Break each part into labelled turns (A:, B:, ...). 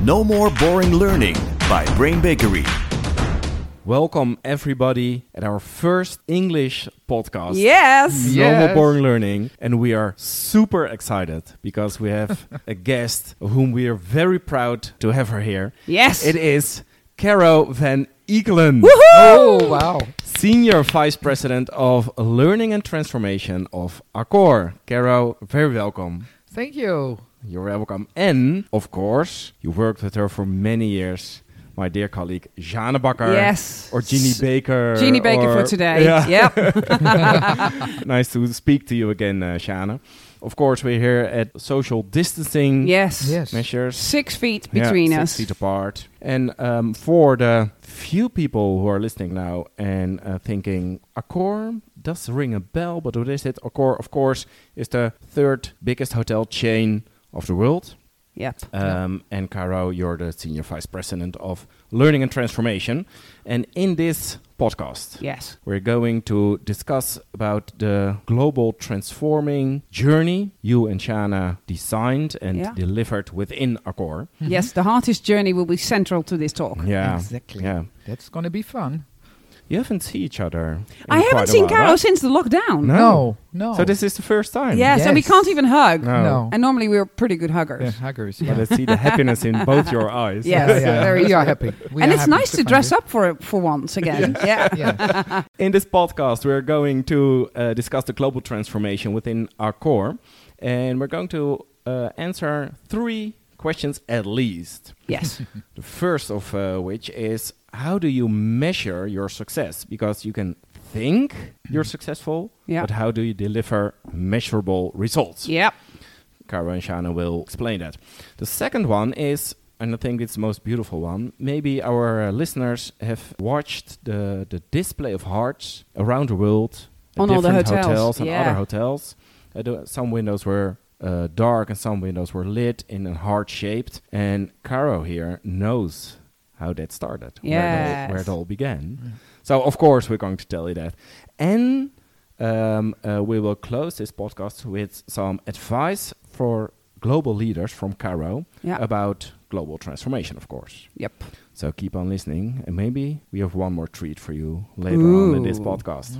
A: No More Boring Learning by Brain Bakery.
B: Welcome everybody at our first English podcast.
C: Yes.
B: No more
D: Yes.
B: boring learning. And we are super excited because we have a guest whom we are very proud to have her here.
C: Yes.
B: It is Caro van Eekelen,
D: Oh, wow.
B: Senior Vice President of Learning and Transformation of Accor. Caro, very welcome.
D: Thank you.
B: You're welcome. And of course, you worked with her for many years. My dear colleague Jane Bakker.
C: Yes.
B: Or Jeannie
C: S-
B: Baker.
C: Jeannie Baker
B: or-
C: for today.
B: Yeah.
C: Yep.
B: nice to speak to you again, uh, Shana. Of course, we're here at social distancing
C: yes.
D: Yes.
B: measures.
C: Six feet
B: Yeah,
C: between
B: six
C: us.
B: feet apart. And um, for the few people who are listening now and uh, thinking, Accor does ring a bell, but what is it? Accor, of course, is the third biggest hotel chain of the world.
C: Yep.
B: Um, And Caro, you're the senior vice president of learning and transformation. And in this podcast,
C: Yes.
B: we're going to discuss about the global transforming journey you and Shana designed and
C: Yeah.
B: delivered within Accor.
D: Mm-hmm.
C: Yes. The hardest journey will be central to this talk.
B: Yeah,
D: Exactly.
B: Yeah,
D: That's going to be fun.
B: you haven't seen each other. in
C: I haven't
B: quite a
C: seen
B: while,
C: Caro
B: right?
C: since the lockdown.
B: No.
D: No, no.
B: So this is the first time.
C: Yes, And we
D: Yes.
C: can't even hug.
B: No.
D: No.
C: And normally we're pretty good huggers.
D: Yeah, huggers.
B: But
D: yeah.
B: I see the happiness in both your eyes.
C: Yes.
D: Yeah, yeah,
C: Very
D: we are
C: good.
D: happy. We
C: and
D: are
C: it's
D: happy
C: nice to
D: find
C: dress
D: you.
C: up for for once again. Yeah.
D: Yeah.
B: In this podcast, we're going to uh, discuss the global transformation within our core, and we're going to uh, answer three questions at least.
C: Yes.
B: The first of uh, which is how do you measure your success? Because you can think you're successful,
C: Yeah.
B: but how do you deliver measurable results?
C: yep.
B: Caro and Shana will explain that. The second one is, and I think it's the most beautiful one, maybe our uh, listeners have watched the, the display of hearts around the world at
C: On all the
B: different
C: hotels,
B: and
C: yeah.
B: other hotels. Uh, the- some windows were uh, dark and some windows were lit in a heart shaped. And Caro here knows how that started, where, it all, where
C: Yes.
B: it all began. So, of course, we're going to tell you that. And um, uh, we will close this podcast with some advice for global leaders from Caro
C: Yeah.
B: about global transformation, of course.
C: Yep.
B: So keep on listening, and maybe we have one more treat for you later on in this
C: Ooh. Mm-hmm.
B: podcast.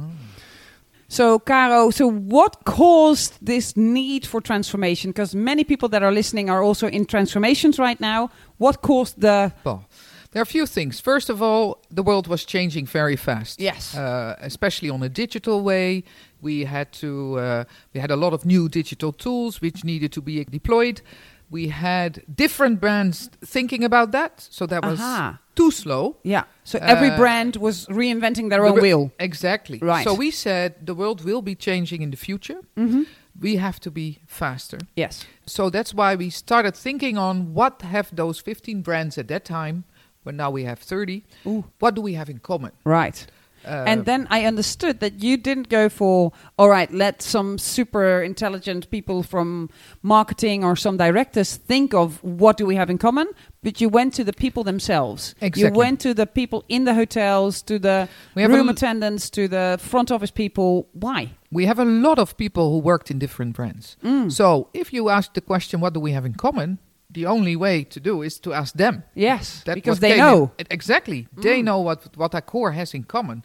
C: So, Caro, so what caused this need for transformation? Because many people that are listening are also in transformations right now. What caused the.
D: Well, there are a few things. First of all, the world was changing very fast.
C: Yes.
D: Uh, especially on a digital way, we had to uh, we had a lot of new digital tools which needed to be deployed. We had different brands thinking about that, so that was
C: Aha.
D: too slow.
C: Yeah. So, every
D: Uh,
C: brand was reinventing their own
D: The wor-
C: wheel.
D: Exactly.
C: Right. Mm-hmm.
D: So we said the world will be changing in the future. We have to be faster.
C: Yes.
D: So that's why we started thinking on what have those 15 brands at that time, when now we have 30,
C: Ooh.
D: what do we have in common?
C: Right.
D: Uh,
C: and then I understood that you didn't go for, all right, let some super intelligent people from marketing or some directors think of what do we have in common, but you went to the people themselves. You
D: Exactly.
C: went to the people in the hotels, to the
D: We have a
C: room
D: l-
C: attendants, to the front office people. Why?
D: we have a lot of people who worked in different brands.
C: Mm.
D: So if you ask the question, what do we have in common? The only way to do is to ask them.
C: Yes,
D: That
C: because
D: what
C: they
D: came
C: know. Mm.
D: in- exactly. They know what, what our core has in common.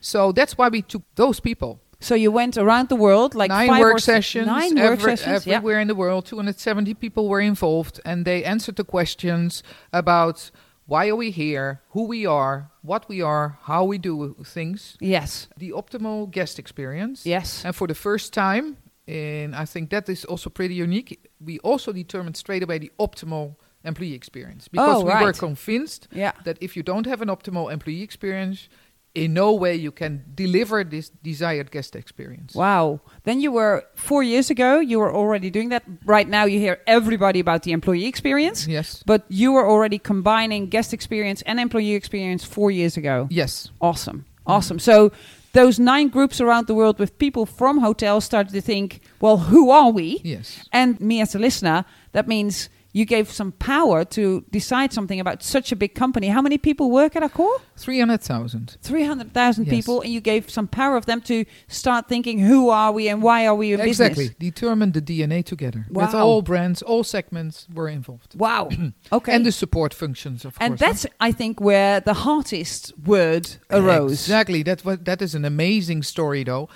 D: So that's why we took those people.
C: So you went around the world, like
D: nine
C: five
D: work
C: or s-
D: sessions,
C: Nine work
D: every-
C: sessions. yeah.
D: everywhere in the world. 270 people were involved, and they answered the questions about why are we here, who we are, what we are, how we do things,
C: Yes.
D: the optimal guest experience.
C: Yes.
D: And for the first time, and I think that is also pretty unique, we also determined straight away the optimal employee experience because
C: Oh,
D: we were
C: right.
D: convinced
C: Yeah.
D: that if you don't have an optimal employee experience, in no way you can deliver this desired guest experience.
C: Wow. Then you were four years ago, you were already doing that. Right now, you hear everybody about the employee experience.
D: Yes.
C: But you were already combining guest experience and employee experience four years ago.
D: Yes.
C: Awesome.
D: Mm-hmm.
C: Awesome. So those nine groups around the world with people from hotels started to think, well, who are we?
D: Yes.
C: And me as a listener, that means you gave some power to decide something about such a big company. How many people work at Accor?
D: 300,000.
C: 300,000
D: Yes.
C: people, and you gave some power of them to start thinking who are we and why are we a
D: Exactly.
C: business?
D: Determine the DNA together. With
C: Wow.
D: all brands, all segments were involved.
C: Wow. okay.
D: And the support functions, of
C: And
D: course.
C: that's, I think, where the hardest word
D: huh?
C: arose.
D: Exactly. That, was, that is an amazing story, though,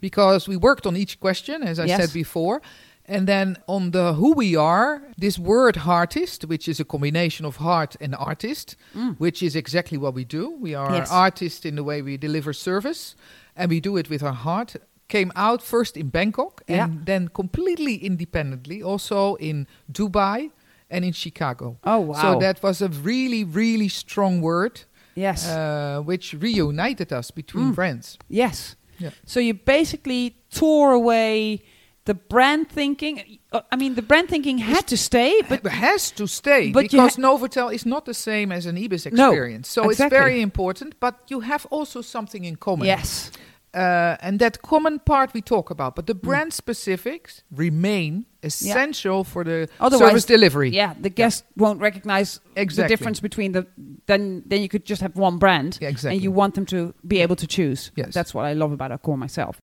D: because we worked on each question, as I
C: Yes.
D: said before. And then on the who we are, this word artist, which is a combination of heart and artist, which is exactly what we do. We are
C: Mm. Yes.
D: artists in the way we deliver service, and we do it with our heart. Came out first in Bangkok
C: Yeah.
D: and then completely independently, also in Dubai and in Chicago.
C: Oh, wow.
D: So that was a really, really strong word,
C: Yes. Mm.
D: uh, which reunited us between friends.
C: Yes.
D: Yeah.
C: So you basically tore away the brand thinking. Uh, I mean, the brand thinking had to stay, but
D: But has to stay
C: but you
D: because
C: ha-
D: Novotel is not the same as an Ibis
C: No,
D: experience. so
C: exactly.
D: it's very important. But you have also something in common.
C: yes,
D: uh, and that common part we talk about, but the
C: Mm.
D: brand specifics remain essential for the service delivery.
C: Yeah, the guest won't recognize the
D: Exactly.
C: difference between the. Then, then you could just have one brand,
D: Yeah, exactly.
C: and you want them to be able to choose.
D: Yes.
C: that's what I love about Accor myself.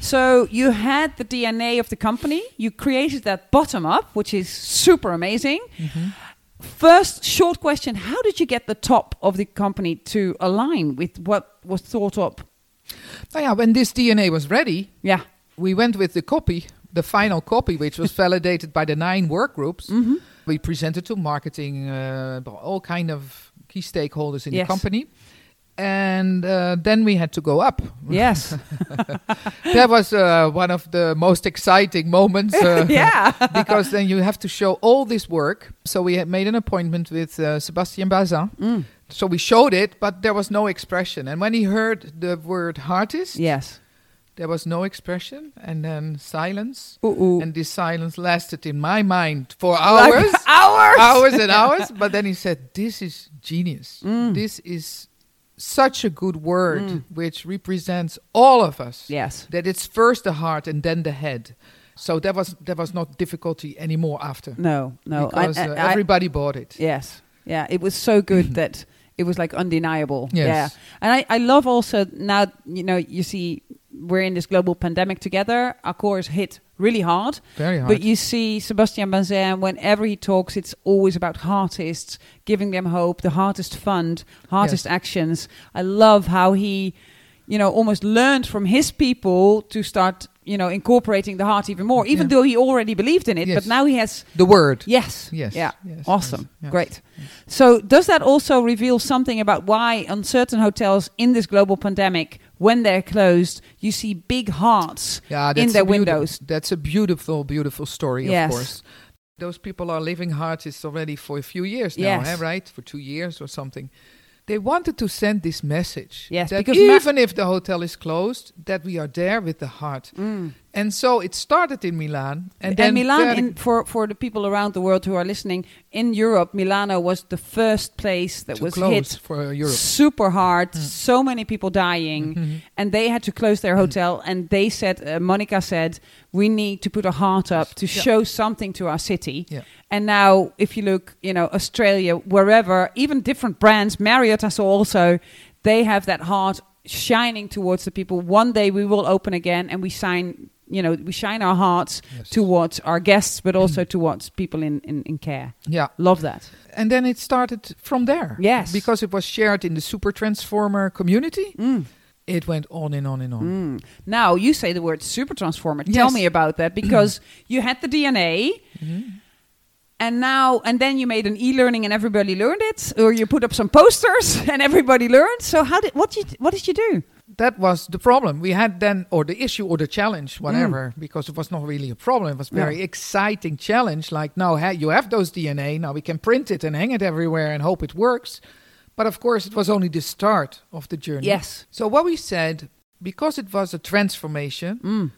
C: So you had the DNA of the company. You created that bottom up, which is super amazing.
D: Mm-hmm.
C: First short question: How did you get the top of the company to align with what was thought up?
D: Oh yeah, when this DNA was ready,
C: Yeah,
D: we went with the copy, the final copy, which was validated by the nine work groups.
C: Mm-hmm.
D: We presented to marketing, uh, b- all kind of key stakeholders in
C: Yes.
D: the company. And uh, then we had to go up.
C: yes,
D: that was uh, one of the most exciting moments. uh,
C: yeah.
D: because then you have to show all this work. So we had made an appointment with uh, Sebastian Bazin.
C: Mm.
D: So we showed it, but there was no expression. And when he heard the word artist,
C: Yes.
D: there was no expression, and then silence.
C: Ooh, ooh.
D: And this silence lasted in my mind for hours,
C: hours.
D: hours and hours. But then he said, "This is genius.
C: Mm.
D: This is." Such a good word, which represents all of us
C: Yes.
D: that it's first the heart and then the head. So that was that was not difficulty anymore after.
C: No, no. I-
D: because
C: I-
D: uh,
C: I-
D: everybody bought it.
C: yes. Yeah. It was so good that it was like undeniable.
D: Yes.
C: Yeah. And I, I love also now, you know, you see we're in this global pandemic together. Accor is hit really hard.
D: Very hard.
C: But you see Sebastian Bazin, whenever he talks, it's always about artists, giving them hope, the hardest fund, hardest actions. I love how he, you know, almost learned from his people to start, you know, incorporating the heart even more, even
D: Yeah.
C: though he already believed in it. But
D: Yes.
C: now he has
D: The word.
C: Yes.
D: Yes,
C: Yeah.
D: yes,
C: awesome.
D: yes, yes,
C: Great. So, does that also reveal something about why on certain hotels in this global pandemic, when they're closed, you see big hearts in
D: that's
C: their
D: a beauti-
C: windows?
D: That's a beautiful, beautiful story,
C: Yes.
D: of course. Those people are living artists already for a few years now,
C: Yes.
D: eh, right? For two years or something. They wanted to send this message
C: Yes,
D: that
C: because ma-
D: even if the hotel is closed, that we are there with the heart. And so it started in Milan, and,
C: Mm. And,
D: then
C: Milan,
D: very-
C: in, for, for the people around the world who are listening, in Europe, Milano was the first place that
D: to
C: was
D: close
C: hit
D: for Europe. Mm-hmm.
C: super hard, so many people dying, and they had to close their
D: Mm-hmm.
C: hotel. And they said, uh, Monica said, we need to put a heart up to
D: Yeah.
C: show something to our city.
D: Yeah.
C: And now, if you look, you know, Australia, wherever, even different brands, Marriott, I saw also, they have that heart shining towards the people. One day we will open again, and we sign. You know, we shine our hearts
D: Yes. Mm-hmm.
C: towards our guests, but also towards people in, in, in care.
D: Yeah.
C: Love that.
D: And then it started from there.
C: Yes.
D: Because it was shared in the Super Transformer community.
C: Mm.
D: It went on and on and on.
C: Now you say the word super transformer. Tell
D: Yes. Mm-hmm.
C: me about that because you had the DNA. And now, and then you made an e-learning, and everybody learned it, or you put up some posters, and everybody learned. So how did what did what did you do?
D: That was the problem. We had then, or the issue or the challenge, whatever, because it was not really a problem. It was a very exciting challenge. Like now ha- you have those DNA, now we can print it and hang it everywhere and hope it works. But of course, it was only the start of the journey.
C: Yes.
D: So what we said, because it was a transformation,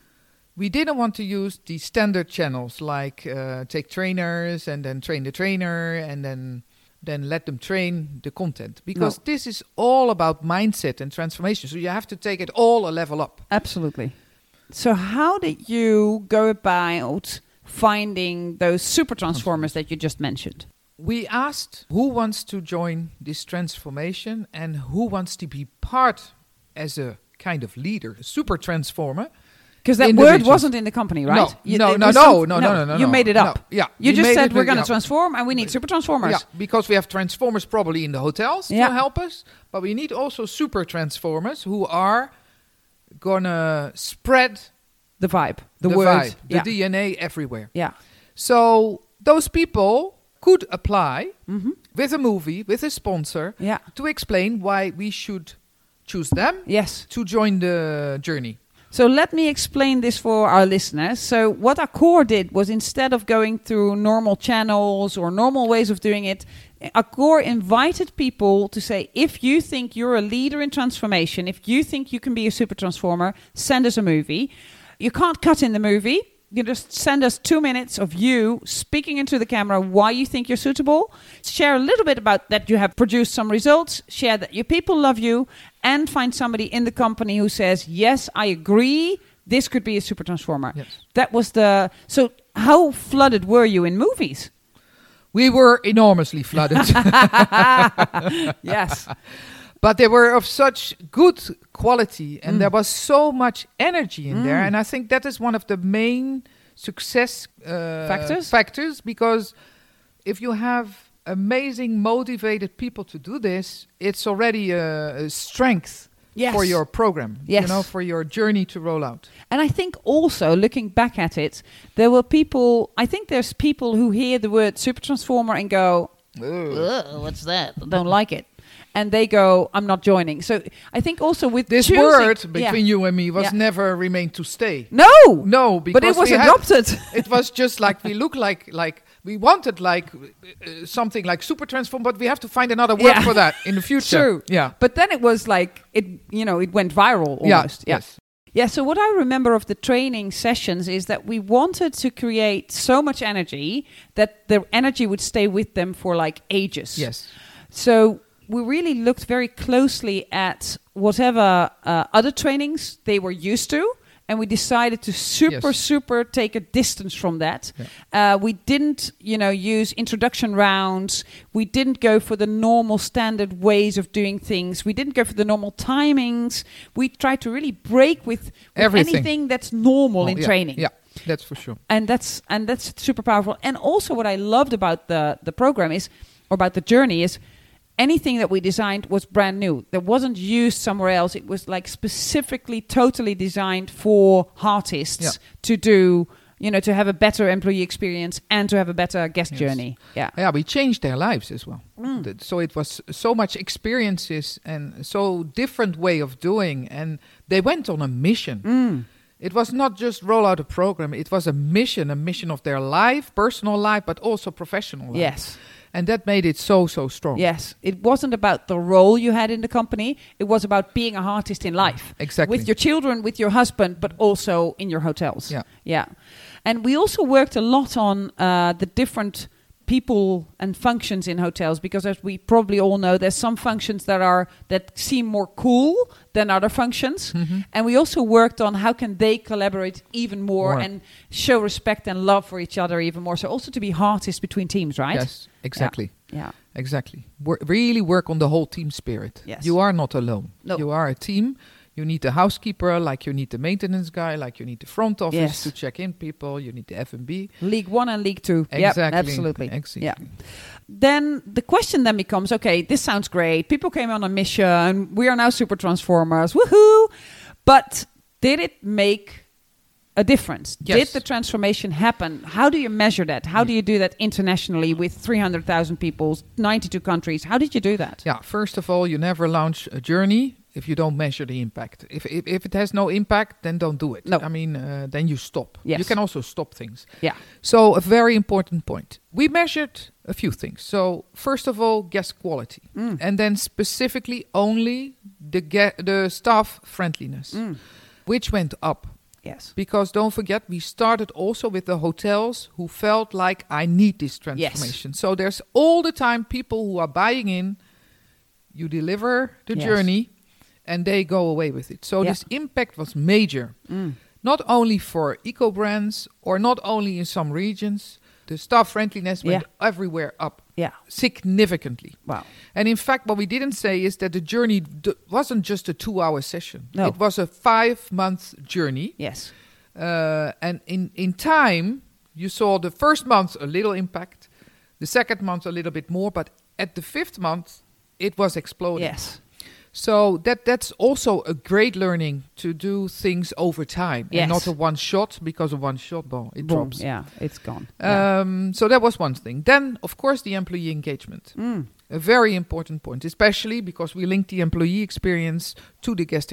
D: we didn't want to use the standard channels like uh, take trainers and then train the trainer and then then let them train the content because
C: No.
D: this is all about mindset and transformation so you have to take it all a level up
C: Absolutely. So how did you go about finding those super transformers that you just mentioned?
D: We asked who wants to join this transformation and who wants to be part as a kind of leader, a super transformer.
C: Because that
D: in the
C: word
D: regions.
C: wasn't in the company, right?
D: No,
C: You-
D: no,
C: it
D: no,
C: was
D: no,
C: some-
D: no, no, no, no,
C: You
D: no.
C: made it
D: No,
C: up.
D: yeah,
C: You
D: we
C: just
D: made
C: said
D: it
C: we're
D: really
C: going to
D: up.
C: transform and we need super transformers.
D: Yeah, because we have transformers probably in the hotels
C: Yeah.
D: to help us, but we need also super transformers who are gonna spread
C: The vibe, the,
D: the,
C: word.
D: vibe,
C: yeah.
D: the DNA everywhere.
C: yeah.
D: So those people could apply with a movie, with a sponsor,
C: Mm-hmm. Yeah.
D: to explain why we should choose them
C: Yes.
D: to join the journey.
C: So let me explain this for our listeners. So what Accor did was instead of going through normal channels or normal ways of doing it, Accor invited people to say, if you think you're a leader in transformation, if you think you can be a super transformer, send us a movie. You can't cut in the movie. You just send us two minutes of you speaking into the camera why you think you're suitable. Share a little bit about that you have produced some results. Share that your people love you, and find somebody in the company who says, "Yes, I agree. This could be a super transformer."
D: Yes.
C: That was the so. How flooded were you in movies?
D: We were enormously flooded.
C: yes.
D: but they were of such good quality
C: Mm.
D: and there was so much energy in there and i think that is one of the main success uh,
C: Factors?
D: factors because if you have amazing motivated people to do this it's already a, a strength
C: Yes.
D: for your program
C: Yes.
D: you know for your journey to roll out
C: And I think also looking back at it, there were people. I think there's people who hear the word super transformer and go, "Ugh, "What's that? I Don't like it." And they go, "I'm not joining." So I think also with
D: this
C: choosing-
D: word
C: Yeah.
D: between you and me was
C: Yeah.
D: never remained to stay
C: No,
D: No, because
C: but it was
D: we had-
C: adopted.
D: it was just like we look like like we wanted like uh, something like super transform, but we have to find another word
C: Yeah.
D: for that in the future.
C: True.
D: Yeah.
C: But then it was like it, you know, it went viral
D: Yeah,
C: almost. Yeah.
D: yes.
C: Yeah, so what I remember of the training sessions is that we wanted to create so much energy that the energy would stay with them for like ages.
D: Yes.
C: So we really looked very closely at whatever uh, other trainings they were used to. And we decided to super,
D: Yes.
C: super take a distance from that. Uh, we didn't, you know, use introduction rounds. We didn't go for the normal standard ways of doing things. We didn't go for the normal timings. We tried to really break with, with
D: Everything.
C: anything that's normal in
D: Yeah,
C: training
D: Yeah, that's for sure.
C: and that's and that's super powerful and also what i loved about the the program is or about the journey is anything that we designed was brand new that wasn't used somewhere else it was like specifically totally designed for artists
D: Yeah.
C: to do you know to have a better employee experience and to have a better guest journey yeah Mm.
D: Yeah, we changed their lives as well. That- So it was so much experiences and so different way of doing, and they went on a mission.
C: Mm.
D: It was not just roll out a program; it was a mission, a mission of their life, personal life, but also professional. life.
C: Yes.
D: and that made it so so strong.
C: Yes, it wasn't about the role you had in the company. It was about being a artist in life.
D: Exactly.
C: With your children, with your husband, but also in your hotels.
D: Yeah.
C: Yeah. And we also worked a lot on uh, the different people and functions in hotels because as we probably all know there's some functions that are that seem more cool than other functions
D: Mm-hmm.
C: and we also worked on how can they collaborate even more,
D: More.
C: and show respect and love for each other even more so also to be artists between teams right
D: Yes,
C: Yeah.
D: exactly.
C: yeah.
D: Exactly. Wor- really work on the whole team spirit.
C: Yes.
D: You are not alone.
C: No.
D: You are a team. You need the housekeeper, like you need the maintenance guy, like you need the front office
C: Yes.
D: to check in people. You need the F and B.
C: League One and League Two. Yep,
D: Exactly,
C: absolutely.
D: exactly.
C: Yeah. Then the question then becomes: Okay, this sounds great. People came on a mission. We are now super transformers. Woohoo! But did it make a difference?
D: Yes.
C: Did the transformation happen? How do you measure that? How do you do that internationally with three hundred thousand people, ninety-two countries? How did you do that?
D: Yeah. First of all, you never launch a journey if you don't measure the impact. If if, if it has no impact, then don't do it.
C: No.
D: I mean, uh, then you stop.
C: Yes.
D: You can also stop things.
C: Yeah.
D: So a very important point. We measured a few things. So first of all, guest quality,
C: Mm.
D: and then specifically only the ge- the staff friendliness,
C: Mm.
D: which went up
C: Yes.
D: because don't forget we started also with the hotels who felt like I need this transformation. So there's all the time people who are buying in. You deliver the
C: Yes.
D: journey, and they go away with it. So
C: Yeah. Mm.
D: this impact was major. not only for eco brands or not only in some regions. The staff friendliness went everywhere up
C: Yeah.
D: significantly.
C: Wow.
D: And in fact, what we didn't say is that the journey d- wasn't just a two hour session,
C: No.
D: it was a five month journey.
C: Yes.
D: Uh, and in, in time, you saw the first month a little impact, the second month a little bit more, but at the fifth month, it was exploding.
C: Yes.
D: So that that's also a great learning to do things over time
C: Yes.
D: and not a one shot because a one shot ball it
C: Boom.
D: drops.
C: Yeah. It's gone. Yeah.
D: Um, so that was one thing. Then, of course, the employee engagement.
C: Mm.
D: A very important point, especially because we link the employee experience to the guest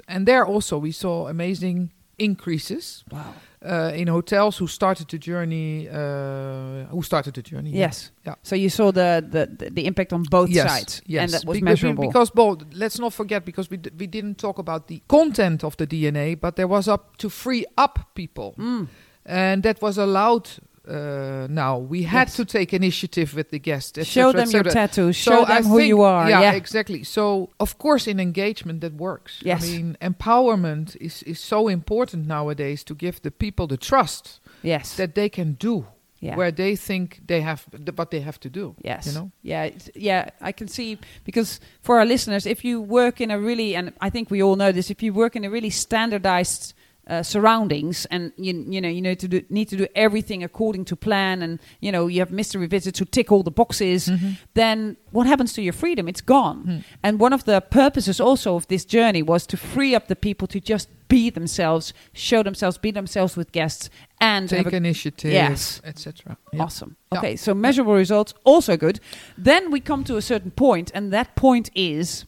C: Yes.
D: And there also we saw amazing increases
C: Wow.
D: uh, in hotels who started the journey. Uh, who started the journey? yeah.
C: Yes.
D: Yeah.
C: So you saw the, the, the, the impact on both
D: yes,
C: sides.
D: Yes.
C: And that was
D: Beca- be-
C: measurable.
D: Because both, let's not forget, because we, d- we didn't talk about the content of the DNA, but there was up to free up people.
C: Mm.
D: And that was allowed uh, now. We had
C: Yes.
D: to take initiative with the guests. et
C: Show
D: cetera,
C: them
D: et
C: your
D: cetera.
C: tattoos.
D: So
C: Show
D: I
C: them who
D: think-
C: you are.
D: Yeah,
C: Yeah.
D: exactly. So, of course, in engagement, that works.
C: Yes.
D: I mean, empowerment is, is so important nowadays to give the people the trust
C: yes.
D: that they can do
C: Yeah.
D: where they think they have, th- what they have to do.
C: Yes.
D: You know?
C: Yeah. it's- Yeah. I can see because for our listeners, if you work in a really, and I think we all know this, if you work in a really standardized uh, surroundings, and you you know you know to do, need to do everything according to plan, and you know you have mystery visits who tick all the boxes,
D: Mm-hmm.
C: then what happens to your freedom? It's gone. And one of the purposes also of this journey was to free up the people to just be themselves, show themselves, be themselves with guests, and have
D: take
C: a-
D: initiative,
C: Yes.
D: etc.
C: Awesome.
D: Yeah.
C: Okay, so measurable results, also good. Then we come to a certain point, and that point is,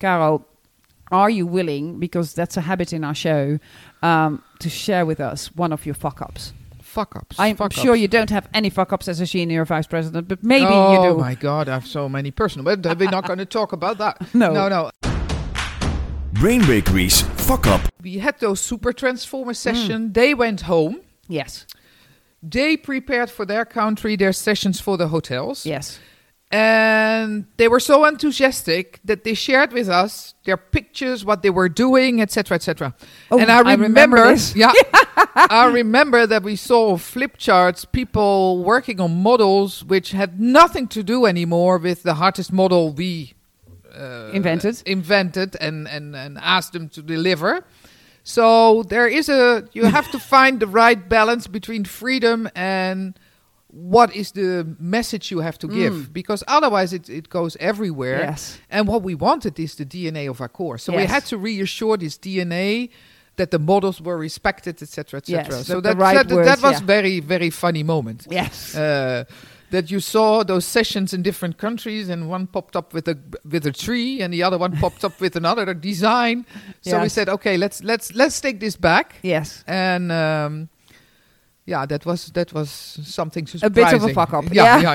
C: Caro, are you willing, because that's a habit in our show, um, to share with us one of your fuck ups?
D: Fuck ups.
C: I'm
D: fuck
C: sure
D: ups.
C: you don't have any fuck ups as a senior vice president, but maybe
D: oh
C: you do.
D: my god, I have so many personal. But we're not going to talk about that.
C: No.
D: no, no.
A: Brain Bakery's Fuck Up.
D: We had those super
C: Mm.
D: transformer session. They went home.
C: Yes,
D: They prepared for their country their sessions for the hotels.
C: yes.
D: And they were so enthusiastic that they shared with us their pictures, what they were doing, etc., etc.
C: Oh,
D: and I
C: I
D: remember,
C: remember this.
D: yeah, I remember that we saw flip charts, people working on models which had nothing to do anymore with the hardest model we Uh,
C: Invented.
D: invented and, and, and asked them to deliver. So there is a you have to find the right balance between freedom and what is the message you have to give because otherwise it, it goes everywhere.
C: Mm. Yes.
D: And what we wanted is the DNA of our core. So we
C: Yes.
D: had to reassure this DNA that the models were respected, etc., etc.
C: Yes,
D: so
C: that the
D: that
C: right
D: that, that
C: words,
D: was
C: yeah.
D: very very funny moment
C: Yes.
D: uh, that you saw those sessions in different countries, and one popped up with a with a tree, and the other one popped up with another design. So we
C: Yes.
D: said, okay, let's let's let's take this back,
C: yes.
D: and um, yeah, that was that was something
C: A
D: surprising.
C: bit of a fuck up.
D: Yeah,
C: Yeah.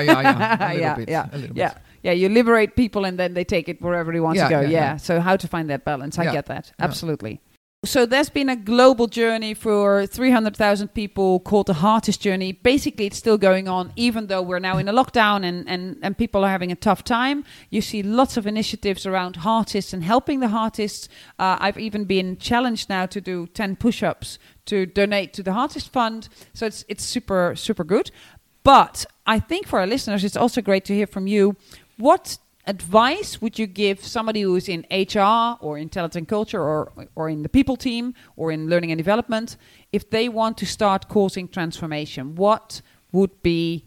D: yeah, yeah, yeah. A little
C: yeah,
D: bit.
C: yeah,
D: a little
C: yeah,
D: bit.
C: yeah. You liberate people, and then they take it wherever they want
D: Yeah,
C: to go. Yeah,
D: yeah, yeah.
C: So how to find that balance? I
D: Yeah,
C: get that
D: yeah.
C: absolutely. So there's been a global journey for 300,000 people called the Hardest Journey. Basically, it's still going on, even though we're now in a lockdown and, and, and people are having a tough time. You see lots of initiatives around artists and helping the artists. Uh, I've even been challenged now to do 10 push-ups to donate to the Artist Fund. So it's it's super super good. But I think for our listeners, it's also great to hear from you. What advice would you give somebody who is in HR or in talent and culture or, or in the people team or in learning and development if they want to start causing transformation? What would be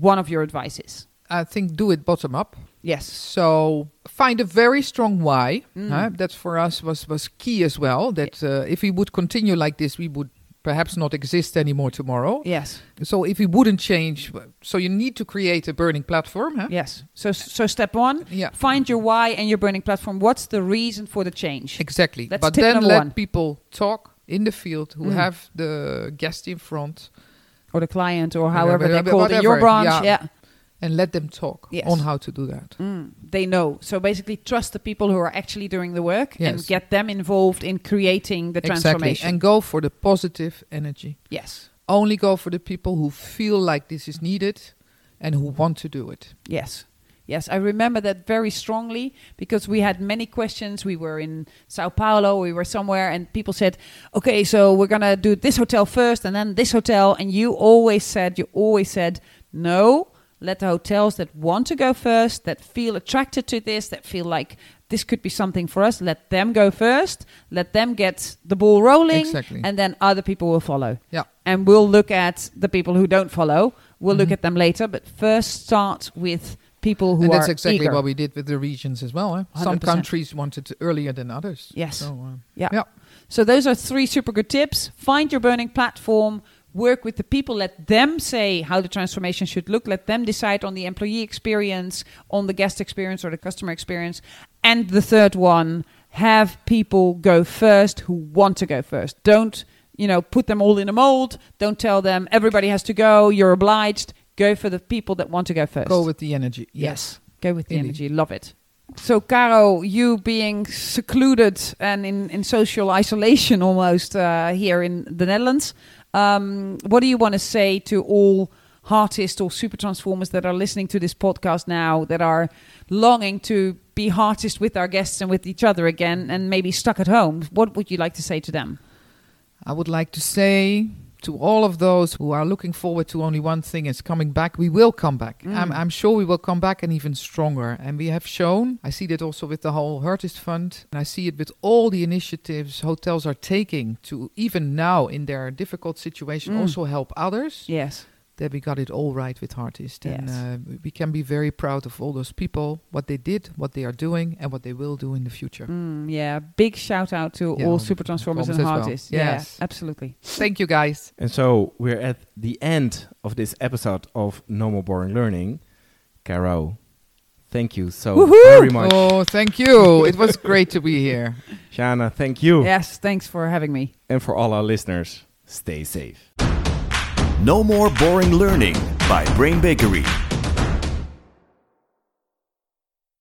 C: one of your advices?
D: I think do it bottom up.
C: Yes.
D: So find a very strong why.
C: Mm.
D: huh? That for us was was key as well. That uh, if we would continue like this, we would perhaps not exist anymore tomorrow.
C: Yes.
D: So if we wouldn't change, so you need to create a burning platform. Huh?
C: Yes. So so step 1,
D: Yeah.
C: find your why and your burning platform. What's the reason for the change?
D: Exactly.
C: That's
D: but
C: tip
D: then
C: number
D: let
C: one.
D: people talk in the field who
C: Mm.
D: have the guest in front
C: or the client or
D: Yeah,
C: however
D: but-
C: they're
D: but
C: called in your
D: whatever,
C: branch.
D: yeah.
C: yeah.
D: and let them talk
C: Yes.
D: on how to do that.
C: Mm, they know. So basically, trust the people who are actually doing the work and
D: Yes.
C: get them involved in creating the
D: Exactly.
C: transformation.
D: And go for the positive energy.
C: yes,
D: Only go for the people who feel like this is needed and who want to do it.
C: yes. Yes, I remember that very strongly because we had many questions. We were in Sao Paulo, we were somewhere, and people said, okay, so we're going to do this hotel first and then this hotel. And you always said, you always said, no, let the hotels that want to go first, that feel attracted to this, that feel like this could be something for us, let them go first, let them get the ball rolling,
D: Exactly.
C: and then other people will follow.
D: Yeah.
C: And we'll look at the people who don't follow. We'll look at them later, but first start with people who
D: Mm-hmm. and
C: are
D: that's exactly
C: eager.
D: what we did with the regions as well. Eh? Some
C: 100%.
D: countries wanted to earlier than others.
C: Yes.
D: So, uh,
C: Yeah.
D: yeah.
C: So those are three super good tips. Find your burning platform. Work with the people. Let them say how the transformation should look. Let them decide on the employee experience, on the guest experience, or the customer experience. And the third one: have people go first who want to go first. Don't you know put them all in a mold. Don't tell them everybody has to go. You're obliged. Go for the people that want to go first.
D: Go with the energy.
C: Yes. Go with the
D: Indeed.
C: energy. Love it. So, Caro, you being secluded and in, in social isolation almost uh, here in the Netherlands, um, what do you want to say to all artists or super transformers that are listening to this podcast now that are longing to be artists with our guests and with each other again and maybe stuck at home? What would you like to say to them?
D: I would like to say to all of those who are looking forward to only one thing is coming back, we will come back.
C: Mm.
D: I'm, I'm sure we will come back and even stronger. And we have shown, I see that also with the whole Hurtist Fund, and I see it with all the initiatives hotels are taking to even now in their difficult situation
C: Mm.
D: also help others.
C: Yes.
D: That we got it all right with Heartist. And
C: Yes.
D: uh, we- we can be very proud of all those people, what they did, what they are doing, and what they will do in the future.
C: Mm, yeah. Big shout out to
D: Yeah,
C: all
D: all
C: super
D: the
C: transformers and
D: performers as well.
C: artists.
D: Yes.
C: Yeah, absolutely.
D: Thank you, guys.
B: And so we're at the end of this episode of No More Boring Learning. Caro, thank you so
C: Woohoo!
B: very much.
D: Oh, thank you. It was great to be here.
B: Shana, thank you.
C: Yes. Thanks for having me.
B: And for all our listeners, stay safe.
A: No More Boring Learning by Brain Bakery.